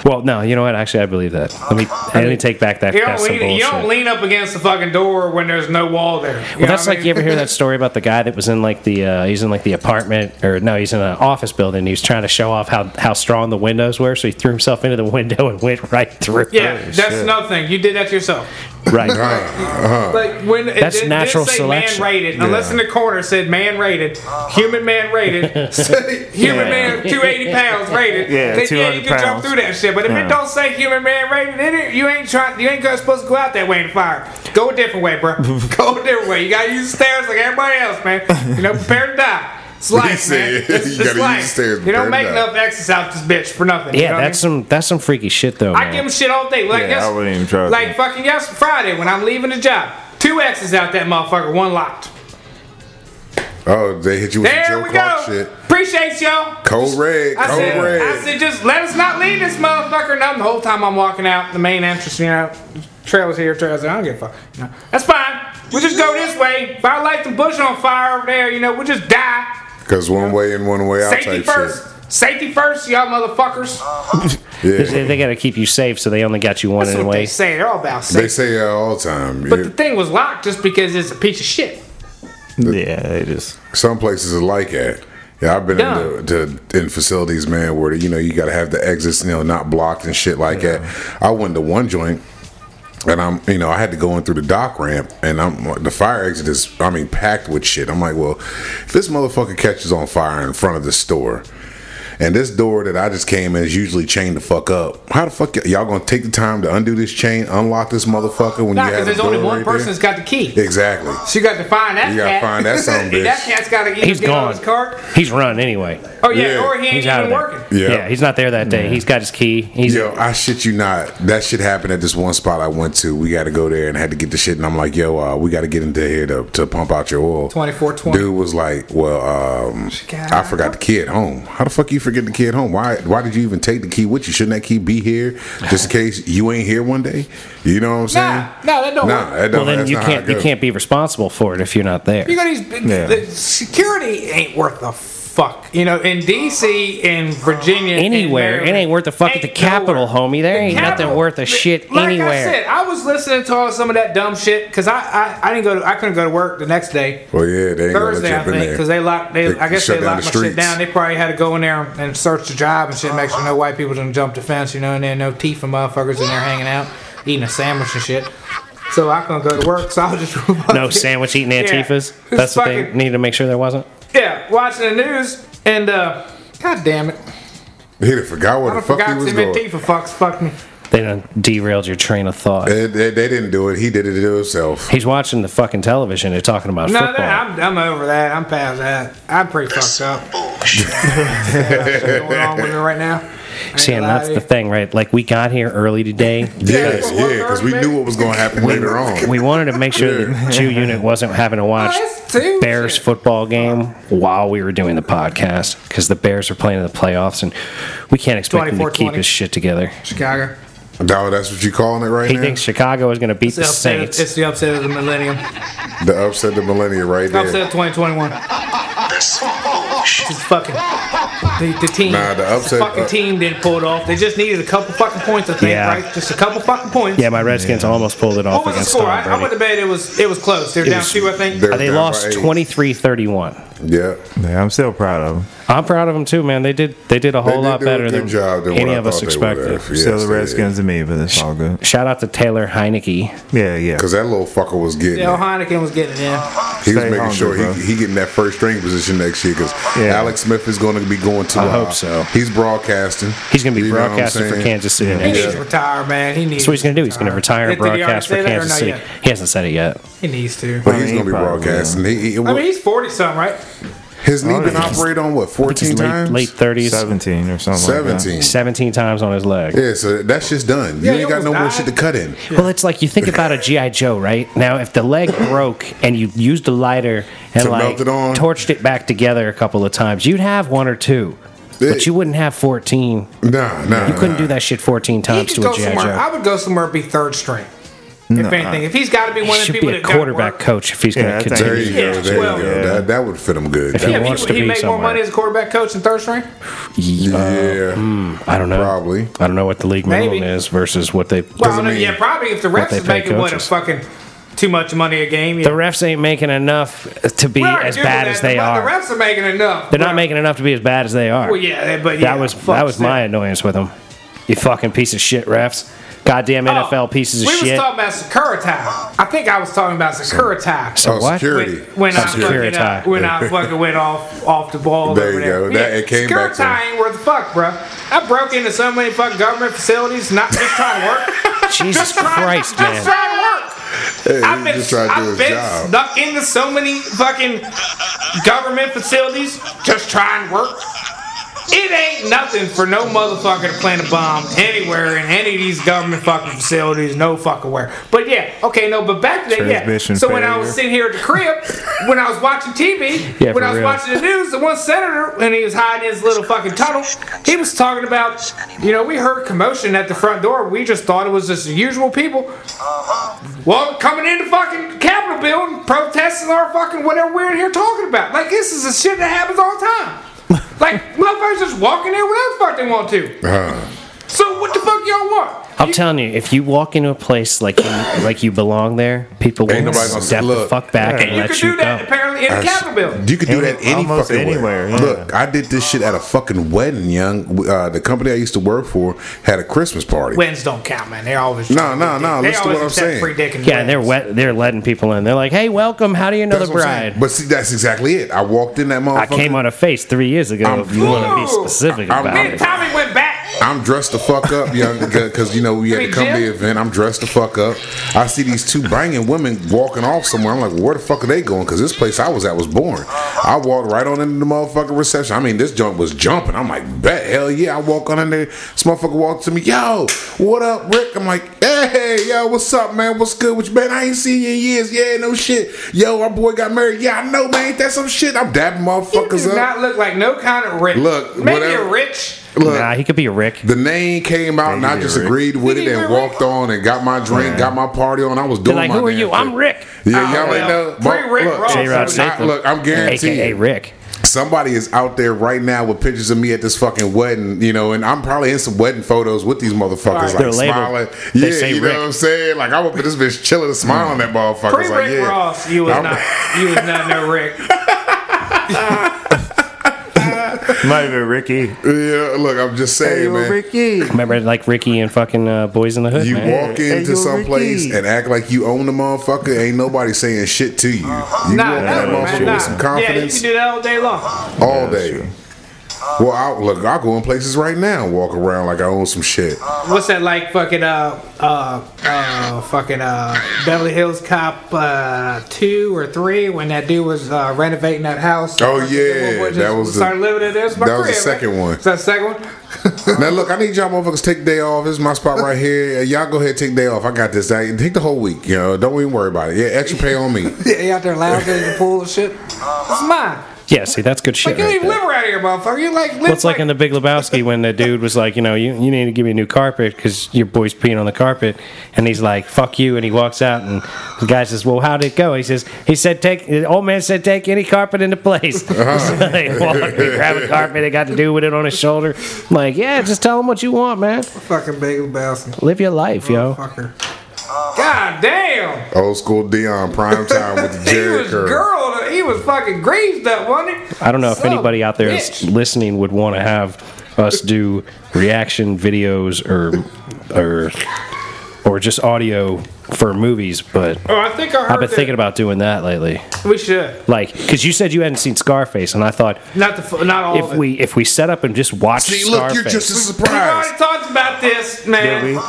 Well, no, you know what? Actually, I believe that. Let me let me take back that. You don't, that's some lean, you don't bullshit. lean up against the fucking door when there's no wall there. You know Well, that's what I like mean? you ever hear that story about the guy that was in like the uh, he's in like the apartment or no he's in an office building. He was trying to show off how how strong the windows were, so he threw himself into the window and went right through. Yeah, that's another thing. You did that to yourself. right. Uh, uh, Like when it That's did- did natural say selection. Man rated, unless in the corner said man rated, human man rated, say human Yeah. man two eighty pounds rated. Yeah, then, yeah, you 200 can jump pounds. through that shit. But if Yeah. it don't say human man rated, in it you ain't trying. You ain't gonna- supposed to go out that way and fire. Go a different way, bro. go a different way. You gotta use the stairs like everybody else, man. You know, prepare to die. It's He life, man. said, It's, you it's gotta use life. the stairs, you don't prepare make to die. enough exits out this bitch for nothing. you Yeah, know what I that's mean? some that's some freaky shit though. I man. give them shit all day. Like Yeah, yes, I wouldn't even try Like that. fucking yes, Friday when I'm leaving the job, two X's out that motherfucker, one locked. oh, they hit you with There some we Joe go. Clark shit. Appreciate y'all. Cold red, I cold said, red. I said, just let us not leave this motherfucker. And I'm, the whole time I'm walking out the main entrance, you know, trails here, trails there. I don't give a fuck. You know, that's fine. We just go this way. If I light the bush on fire over there, you know, we just die. Cause one way in, one way out Safety type first. Safety first, y'all motherfuckers. shit. 'Cause Yeah. they, got to keep you safe, so they only got you one That's in what a they way. say. They're all about They safety. say uh, all the time. But Yeah. the thing was locked just because it's a piece of shit. yeah, they just. some places are like that. Yeah, I've been Yeah. in, the, to, in facilities, man, where you know you got to have the exits, you know, not blocked and shit like that. I went to one joint, and I'm, you know, I had to go in through the dock ramp, and I'm like, the fire exit is, I mean, packed with shit. I'm like, well, if this motherfucker catches on fire in front of the store, and this door that I just came in is usually chained the fuck up. How the fuck y- y'all gonna take the time to undo this chain, unlock this motherfucker when Nah, you have because the there's door only one right person there? that's got the key. Exactly. So you got to find that You gotta cat. find that son of a bitch. that cat's got to either He's get on gone. his cart. He's run anyway. Oh yeah, Yeah. or he ain't He's out even of working. there. Yeah. Yeah. he's not there that day. He's got his key. He's Yo, I shit you not. That shit happened at this one spot I went to. We got to go there and had to get the shit. And I'm like, yo, uh, we got to get into here to, to pump out your oil. 2420. Dude was like, well, um, got- I forgot the key at home. How the fuck you forget the key at home? Why Why did you even take the key with you? Shouldn't that key be here just in case you ain't here one day? You know what I'm saying? Nah, no, that don't Nah, work. that don't. well, then that's you not how can't it you go. can't be responsible for it if you're not there. You got these big. Yeah. The security ain't worth a fuck. You know, in D.C. and Virginia, and Anywhere, it Maryland, ain't worth a fuck at the ain't Capitol, nowhere. homie. There ain't nothing Capital. worth a shit like anywhere. I said, I was listening to all some of that dumb shit because I, I I didn't go to I couldn't go to work the next day. Well, yeah, they ain't gonna let Thursday, you I up in think, there. because they locked. They, They I guess shut they down locked the my shit streets. down. They probably had to go in there and search the job and shit, make sure no white people didn't jump the fence, you know, and then no teeth and motherfuckers in there hanging out, eating a sandwich and shit. So I couldn't go to work, so I was just no sandwich eating antifas. Yeah. That's what they Fucking- need to make sure there wasn't. Yeah, watching the news and uh, god damn it, He done forgot where I the done fuck he forgot was Tim going. Antifa fucks fucked me. They done derailed your train of thought. They, they- they didn't do it. He did it to himself. He's watching the fucking television. They're talking about No, football. that, I'm, I'm over that. I'm past that. I'm pretty fucked up. There's nothing going on with me right now. I ain't See, and gonna that's lie the to you. thing, right? Like we got here early today. Yes, Yeah, yeah, what- because what we knew what was going to happen later on. We wanted to make sure the Jew unit wasn't having to watch Oh, it's Tuesday. Bears football game while we were doing the podcast because the Bears were playing in the playoffs and we can't expect him to keep 24-20. his shit together. Chicago. Dog, that's what you calling it right He now? thinks Chicago is going to beat It's the the, upset of, Saints. it's the upset of the millennium. the upset of the millennia right there. Upset of 2021. It's fucking the, the team. Nah, the upset- fucking uh, team didn't pull it off. They just needed a couple fucking points, I think, Yeah. right? Just a couple fucking points. yeah, my Redskins almost pulled it off What was the against score? I, Tom I went Brady. to bed. It was it was close. They're down was- two, I think. they're- They down lost by eight. 23-31. Yeah. Yeah, I'm still proud of him. I'm proud of them too, man. They did they did a whole did lot do a better good than, job than what any I of us thought they would expected. have. still Yes, the they Redskins to me, but it's all good. Shout out to Taylor Heineke. Yeah, yeah. Because that little fucker was getting Yeah, it. Heineken was getting it in. He was Stay making hungry, sure bro. he, he getting that first string position next year because Yeah. Alex Smith is going to be going to. I hope so. He's broadcasting. He's going to be You know what I'm broadcasting for saying? Kansas City Yeah. He next needs year. to retire, man. He needs. That's what he's going to do. He's going to retire and Did- did he broadcast already for say that or Kansas not City. yet? He hasn't said it yet. He needs to. But he's He going to be probably broadcasting. He, he- I mean, he's forty something, right? his Oh, knee been yeah. operated on what I think he's fourteen late, times? late 30s, 17 or something. Seventeen. 17 times on his leg. Yeah, so that's just done. Yeah, you he ain't got no almost more shit died. to cut in. Well, it's like you think about a GI Joe, right? Now, if the leg broke and you used a lighter and To like melt it on. torched it back together a couple of times, you'd have one or two, but Yeah. you wouldn't have 14. Nah, nah. You couldn't do that shit 14 He times could to go a GI somewhere. I Joe. would go somewhere and be third string. If anything, if he's got to be He one of the should people be a that don't quarterback work. coach if he's Yeah, I going to think- There continue. you Yeah, go. There well- you go. Yeah. That, that would fit him good. he Yeah, That- if wants he, to he be make more somewhere. money as a quarterback coach in third string. Uh, yeah. Mm. I don't know. Probably. I don't know what the league Maybe. minimum is versus what they. Well, I Doesn't don't know, mean yeah, probably if the what refs they is pay making what a coaches. fucking too much money a game. Yeah. the refs ain't making enough to be We already as do bad that. as they the, are. The refs are making enough. They're not making enough to be as bad as they are. Well, yeah, but yeah, That was fuck that was my annoyance with them. You fucking piece of shit refs. Goddamn Oh, NFL pieces of we shit. was talking about Securitai. I think I was talking about Securitai. So Oh, what? security. when I Securitai. fucking, uh, when I fucking went off off the ball There over you there. go. That- it came back Securitai to me. ain't worth a fuck, bro. I broke into so many fucking government facilities, not just trying to work. Jesus just trying, Christ, man. just trying to work. Hey, he I've been, just tried to do I've his been job. snuck into so many fucking government facilities just trying to work. It ain't nothing for no motherfucker to plant a bomb anywhere in any of these government fucking facilities, no fucking where. But yeah, okay, no, but back to that, yeah. Transmission So when I was failure. sitting here at the crib, when I was watching TV, Yeah, for when I was real. watching the news, the one senator, when he was hiding in his little fucking tunnel, he was talking about, you know, we heard commotion at the front door. We just thought it was just the usual people. Well, coming in the fucking Capitol building, protesting our fucking whatever we're in here talking about. Like, this is the shit that happens all the time. Like, motherfuckers just walking in whatever the fuck they want to. Huh. So, what the fuck y'all want? I'm telling you, if you walk into a place like you, like you belong there, people Ain't will nobody gonna step the look. fuck back and You let could you do that go. apparently in the That's- Capitol building. You could do Any- that any almost fucking anywhere, Way. yeah. Look, I did this shit at a fucking wedding. Young, uh, the company I used to work for had a Christmas party. Wins don't count, man. They're always No, no, no, They listen to always what I'm accept saying. Free dick and Yeah, and they're wins. wet, they're letting people in. They're like, "Hey, welcome. How do you know That's the what I'm saying. bride?" But see, that's exactly it. I walked in that motherfucker. I came on a face three years ago. I'm- if you want to be Ooh! specific I'm- about Man, Then it, Tommy went back. I'm dressed the fuck up, young, because you know we had to come to the event. I'm dressed the fuck up. I see these two banging women walking off somewhere. I'm like, where the fuck are they going? Because this place I was at was boring. I walked right on into the motherfucking reception. I mean, this joint was jumping. I'm like, bet hell yeah. I walk on in there. This motherfucker walks to me, yo, what up, Rick? I'm like, hey, yo, what's up, man? What's good with you, man? I ain't seen you in years. Yeah, no shit. Yo, our boy got married. Yeah, I know, man. Ain't that some shit? I'm dabbing You motherfuckers do up. not look like no kind of rich. uh, Look, maybe whatever- you're rich. Look, nah, he could be a Rick. the name came out, and I Yeah, just Rick. agreed with Did it he and really? walked on and got my drink, got my party on. I was They're doing like, my "Who are damn you? thing. I'm Rick." Yeah, y'all Oh, ain't well, know. free Rick look, Ross. J-Rod It's not- Stapleton, look, I'm guaranteed. aka Rick. Somebody is out there right now with pictures of me at this fucking wedding, you know, and I'm probably in some wedding photos with these motherfuckers, They're like smiling. labeled. They Yeah, say you know Rick. Hmm. what I'm saying? Like I'm up in this bitch chilling, smiling at motherfuckers. Free like, Rick yeah. Ross, you was I'm- not, you was not no Rick. Might have been Ricky. Yeah, look, I'm just saying, man. Ricky. Remember, like Ricky and fucking uh, Boys in the Hood. You man? walk Hey, into yo, some place Ricky. and act like you own the motherfucker. Ain't nobody saying shit to you. You Uh-huh. Nah, walk in no, that man, motherfucker nah. with some Yeah, you can confidence do that all day long. all That's day. true. Well, I'll, look, I'll go in places right now and walk around like I own some shit. What's that like? Fucking uh uh uh fucking uh Beverly Hills Cop uh two or three when that dude was uh, renovating that house. Oh, Fucking yeah, people would that just was the- started living in this. that was the second one. Is that the second one? Now look, I need y'all motherfuckers to take day off. This is my spot right here. Y'all go ahead and take day off. I got this. I, take the whole week. You know, don't even worry about it. Yeah, extra pay on me. yeah, you out there lounging in the pool and shit. It's mine. Yeah, see, that's good shit. Like you right ain't there. live around here, motherfucker. You like live Well, it's like in the Big Lebowski when the dude was like, you know, you, you need to give me a new carpet because your boy's peeing on the carpet, and he's like, "Fuck you," and he walks out, and the guy says, "Well, how'd it go?" He says, "He said take the old man said take any carpet into place." so they walk, they grab a carpet, they got to do with it on his shoulder. I'm like, yeah, just tell him what you want, man. fucking Big Lebowski. Live your life, yo. Fucker. God damn. Old school Dion prime time with the He Jerry was curl. girl. He was fucking greased up, wasn't he? I don't know if Son of anybody a out there bitch. is listening would want to have us do reaction videos or or or just audio for movies, but. Oh, I think I heard I've been that. thinking about doing that lately. We should. Like, because you said you hadn't seen Scarface, and I thought Not the fu- not all of if it. we if we set up and just watch See, Scarface, look, you're just as We've surprised. already talked about this, man. Did we?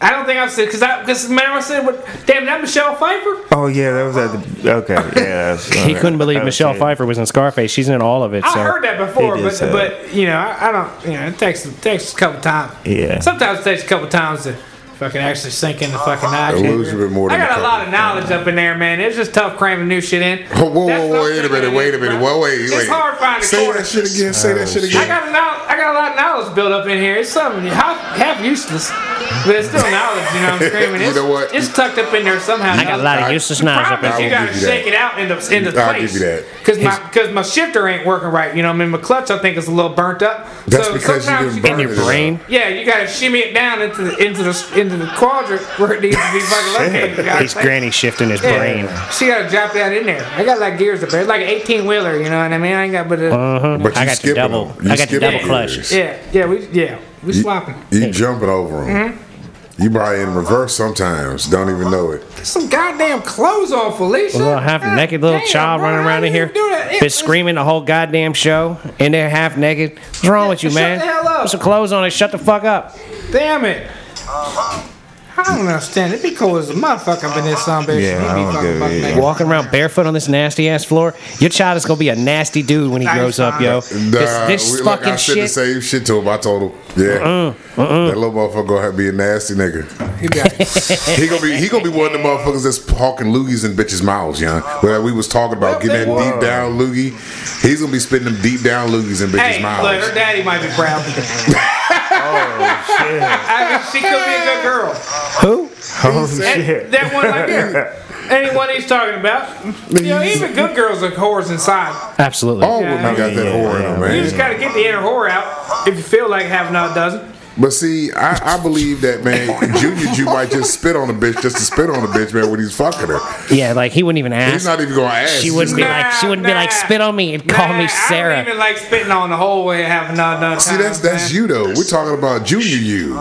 I don't think I've said because I because remember I said what? Damn, that Michelle Pfeiffer. Oh yeah, that was at the. Okay, yeah. That's, he couldn't believe Michelle Pfeiffer was in Scarface. She's in all of it. I so heard that before, He did but uh, say but you know I, I don't. You know it takes it takes a couple times. Yeah. Sometimes it takes a couple times to fucking actually sink in the fucking eye. It shit. lose a bit more I than a got a couple. lot of knowledge up in there, man. It's just tough cramming new shit in. Whoa, whoa, That's what whoa, I'm wait a thinking minute, it wait a is, minute, bro. whoa, wait, It's wait. hard finding Say that quarters. shit again, say that shit I again. got a knowl- I got a lot of knowledge built up in here. It's something half, half useless, but it's still knowledge. You know what I'm screaming? You It's, know what? It's tucked up in there somehow. I got a lot of I- useless The knives up in problem I is you here. will gotta give you shake that. it out in the in the I'll place. give you that. Cause my cause my shifter ain't working right. You know, I mean, my clutch I think is a little burnt up. That's because you sometimes didn't In burn your brain, yeah, you gotta shimmy it down into the into the into the quadrant where it needs to be fucking located. You gotta he's think- granny shifting his yeah, brain. She gotta drop that in there. I got like gears up there. It's like an eighteen wheeler. You know what I mean? I ain't got but. Uh. A, But Mm-hmm. you I got the skipping double- them. You I got the skipping double clutch. gears. yeah, yeah, we yeah we swapping. Oh, You, you jumping over them. Mm-hmm. You probably in reverse sometimes. Don't even know it. some goddamn clothes on, A Felicia. little half naked little Damn, child bro, running how around in you here, do that? It been was- screaming the whole goddamn show in there half naked. What's wrong with you, shut man? the hell up. Put some clothes on and shut the fuck up. Damn it. I don't understand. It'd be cool as a motherfucker up in this son bitch. Yeah, I He'd don't be fucking give a- buck yeah. naked. Walking around barefoot on this nasty ass floor, your child is gonna be a nasty dude when he Nah, grows he's up, fine. yo. Nah, this this we- fucking I said the shit. Uh-uh, same shit to him. I told him, yeah, that little motherfucker gonna have to be a nasty nigga. He'd be like, He gonna be he gonna be one of the motherfuckers that's hawking loogies in bitches' mouths, young. Where we was talking about Well, getting they that were. deep down loogie. He's gonna be spitting them deep down loogies in bitches' hey, look, her mouths. daddy might be proud. I mean, she could be a good girl. Who? Oh That, shit! that one right there. Anyone he's talking about. You know, even good girls are whores inside. Absolutely. All women got that Yeah, whore in them, yeah, man. You just gotta get the inner whore out if you feel like having a dozen. But see, I, I believe that man, Junior Jew might just spit on a bitch just to spit on a bitch, man, when he's fucking her. Yeah, like he wouldn't even ask. He's not even gonna ask. she wouldn't be Nah, like she wouldn't be like nah. spit on me and call Nah, me I don't Sarah. even like spitting on the whole way having not done. See, that's that's you though. We're talking about Junior you.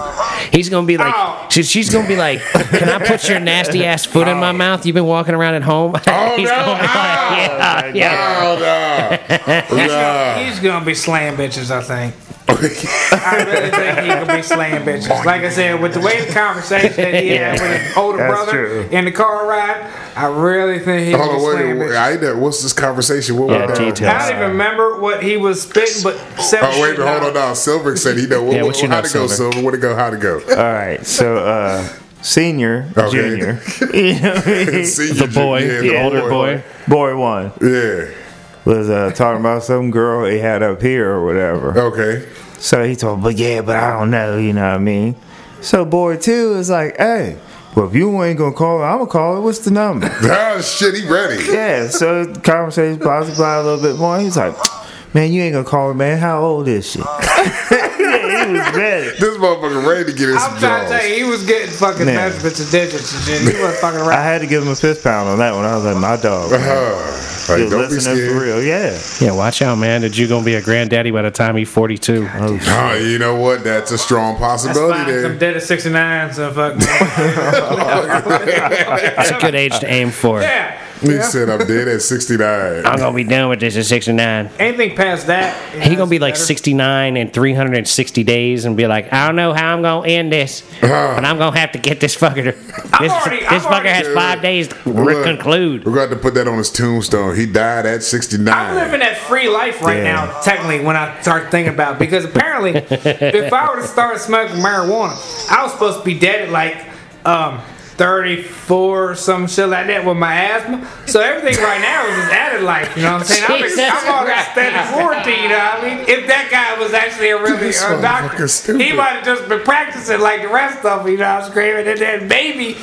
He's gonna be like Oh. she- she's gonna be like, Can I put your nasty ass foot in my mouth? You've been walking around at home. Oh, He's no. gonna be like, Oh, Yeah, my yeah. Oh, no. no. He's gonna be slaying bitches, I think. I really think he could be slaying bitches. Like I said, with the way the conversation that he had with his older That's brother true. in the car ride, I really think he could be Hold on, wait, slaying wait. bitches. I ain't there. What's this conversation? What Yeah, was that? detail. I don't even remember what he was spitting, but Oh, wait, but hold on now. Silver said he know what, Yeah, what you how know, to go, Silver? Silver. Where to go, how to go. All right, so uh, senior, Okay. junior, you know what I mean? Senior The boy, Jew, yeah, the older boy. boy one Yeah. was uh, talking about some girl he had up here or whatever. Oh. Okay. So he told, but yeah, but I don't know, you know what I mean? So boy two is like, hey, well if you ain't gonna call it, I'm gonna call it. What's the number? Ah, shit, he ready. yeah. So conversation blah blah blah a little bit more. He's like, man, you ain't gonna call her, man. How old is she? yeah, he was ready. This motherfucker ready to get his I'm trying to tell jaws. you, he was getting fucking Man. measurements of digits and shit. He wasn't fucking I around. had to give him a fist pound on that one. I was like, my dog. man. Ah, like, He was don't be listening for scared. real. Yeah. Yeah, watch out, man. Did you gonna be a granddaddy by the time he's forty two? Ah, you know what? That's a strong That's possibility fine. I'm there. dead at 69, so fuck. It's a good age to aim for. yeah. He said, I'm dead at 69. I'm gonna be done with this at 69. Anything past that, you know, He gonna be it's like better. 69 in 360 days and be like, I don't know how I'm gonna end this, but I'm gonna have to get this fucker. To, this already- this I'm fucker already- has five days to We're re- gonna- conclude. We're going to have to put that on his tombstone. He died at 69. I'm living that free life right Yeah. now, technically, when I start thinking about it, because apparently, if I were to start smoking marijuana, I was supposed to be dead at like um, 34 or some shit like that with my asthma. So everything right now is just added life, you know what I'm saying? I'm, Jesus I'm on Christ. extended warranty, you know what I mean? If that guy was actually a really This a doctor, motherfucker's stupid. he might have just been practicing like the rest of them, you know, I was screaming, and then maybe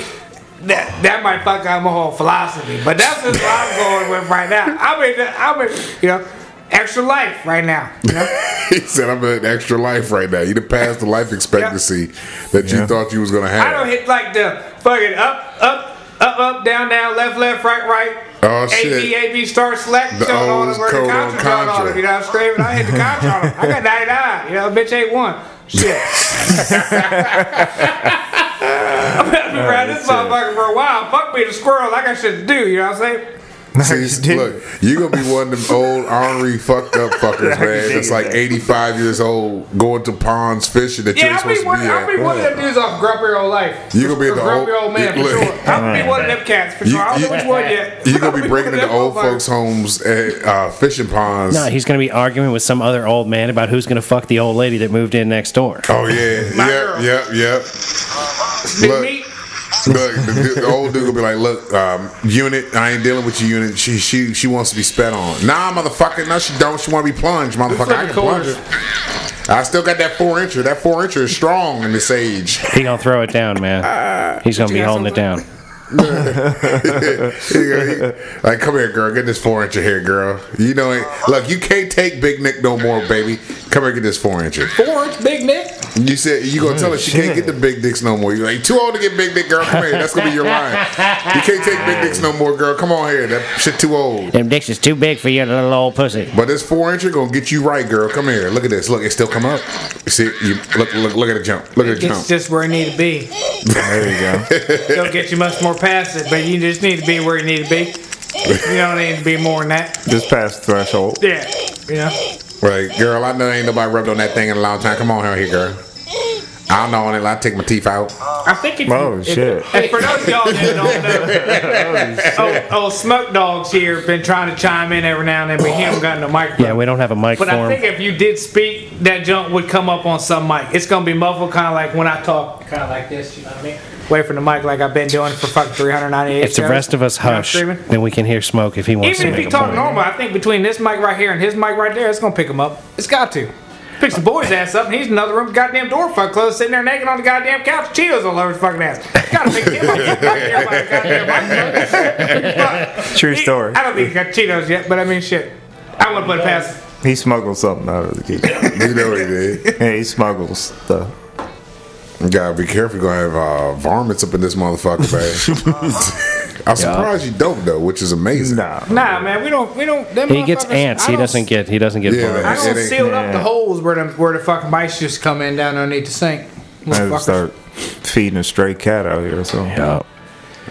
that that might fuck up my whole philosophy. But that's just what I'm going with right now. I'm in, the, I'm in, you know, extra life right now. You know? he said, I'm in extra life right now. You done passed the life expectancy that you thought you was going to I have. don't hit like the fucking up, up, up, up, down, down, left, left, right, right. Oh, A, B, shit. A, B, star, select, The showing all O's them where the code on contra's going on Contra. them. You know what I'm screaming? I hit the contra on them. I got 99. You know, bitch ain't one. Shit. I've been around this motherfucker for a while. Fuck me the squirrel. I got shit to do. You know what I'm saying? See, look, you gonna be one of them old ornery fucked up fuckers, man. That's like 85 years old, going to ponds fishing that Yeah, you're I'll supposed be to be one. I'll at. be one of them dudes off grumpy old life. You gonna be Or the grumpy old- old man you- for sure. look. I'm gonna be one of them cats for sure. I don't You- know which you- one yet. You gonna be breaking the into old folks' homes at uh, fishing ponds. No, he's gonna be arguing with some other old man about who's gonna fuck the old lady that moved in next door. Oh yeah, My yep, girl. yep, yep. Big Look, meat. look, the, dude- the old dude will be like, "Look, um, unit, I ain't dealing with your unit. She, she, she wants to be spat on. Nah, motherfucker, no, she don't. She want to be plunged, motherfucker. I can Fucking plunge quarters. her. I still got that four incher. That four incher is strong in this age. He gonna throw it down, man. He's gonna be got holding it down. like, come here, girl. Get this four incher here, girl. You know, it. look, you can't take Big Nick no more, baby. Come here, get this four incher. Four inch big Nick. You said you gonna tell her she can't get the big dicks no more. You're like too old to get big dick, girl. Come here, that's gonna be your line. You can't take big dicks no more, girl. Come on here, that shit too old. Them dicks is too big for your little old pussy. But this four incher gonna get you right, girl. Come here. Look at this. Look, it still come up. You see, you look, look, look at the jump. Look at the It's jump. just where it need to be. There you go. Don't get you much more past it, but you just need to be where you need to be. You don't need to be more than that. Just past threshold. Yeah. You know. Right, girl. I know ain't nobody rubbed on that thing in a long time. Come on here, girl. I don't know on it. I take my teeth out. I think if Oh, you, if- shit. And for those of y'all that don't know, oh, oh, Smoke Dogs here been trying to chime in every now and then, but he don't got no microphone. Yeah, we don't have a mic But for I think him. if you did speak, that junk would come up on some mic. It's gonna be muffled, kind of like when I talk, kind of like this. You know what I mean? Away from the mic, like I've been doing for fucking 398. If the shows. rest of us You know what I'm hush, screaming? then we can hear smoke if he wants to Even if make he a talk point. normal, I think between this mic right here and his mic right there, it's gonna pick him up. It's got to. Picks the boy's ass up, and he's in another room, goddamn door fuck closed, sitting there naked on the goddamn couch, Cheetos all over his fucking ass. Gotta pick him up. Goddamn mic, goddamn mic, fuck. True He- story. I don't think he got Cheetos yet, but I mean, shit. I wouldn't put it past. He smuggled something out of the kitchen. You know what he did. yeah, he smuggles stuff. You gotta be careful. You're gonna have uh, varmints up in this motherfucker, man. I'm surprised you don't though, which is amazing. Nah. Nah, man, we don't, we don't. them He gets motherfuckers- ants. I He don't- doesn't get. He doesn't get. Yeah, burned. I don't It ain't- seal up the Yeah. holes where the where the fucking mice just come in down underneath the sink. I had to Motherfuckers. start feeding a stray cat out here or something. Yeah.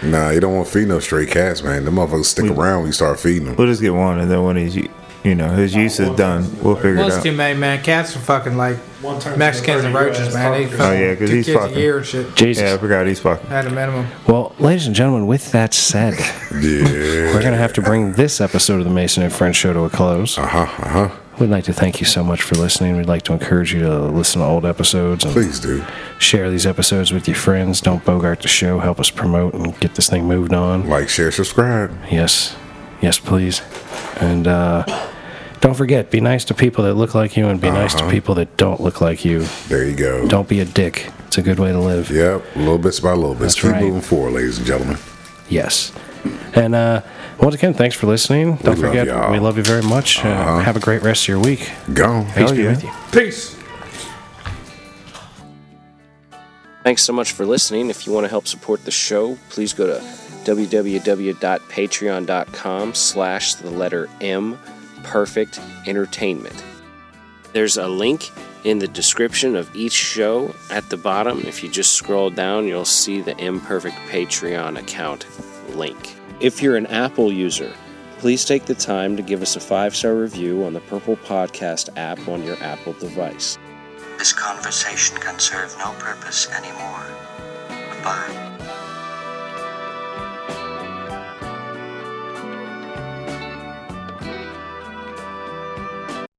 Nah, you don't want to feed no stray cats, man. The motherfuckers stick around when you start feeding them. We'll just get one, and then when he's, u- you know, his use is done, we'll figure Well, it it's out. too many, man. Cats are fucking like One turn's Mexicans gonna and murder roaches, your man. ass They fucking- fucking Oh, yeah, 'cause two he's kids fucking- a year and shit Jesus. Yeah, I forgot he's fucking. at a minimum. Well, ladies and gentlemen, with that said, Yeah. we're going to have to bring this episode of the Mason and Friends Show to a close. Uh huh. Uh huh. We'd like to thank you so much for listening. We'd like to encourage you to listen to old episodes and Please do. share these episodes with your friends. Don't bogart the show. Help us promote and get this thing moved on. Like, share, subscribe. Yes. Yes, please. And uh, don't forget, be nice to people that look like you and be nice to people that don't look like you. There you go. Don't be a dick. It's a good way to live. Yep. Little bits by little bits. That's Keep right. moving forward, ladies and gentlemen. Yes. And uh, once again, thanks for listening. Don't love forget, y'all. we love you very much. Uh, have a great rest of your week. Gone. Peace Hell be yeah. with you. Peace. Thanks so much for listening. If you want to help support the show, please go to www.patreon.com slash the letter M Perfect Entertainment. There's a link in the description of each show at the bottom. If you just scroll down, you'll see the Imperfect Patreon account link. If you're an Apple user, please take the time to give us a five star review on the Purple Podcast app on your Apple device. This conversation can serve no purpose anymore. Goodbye.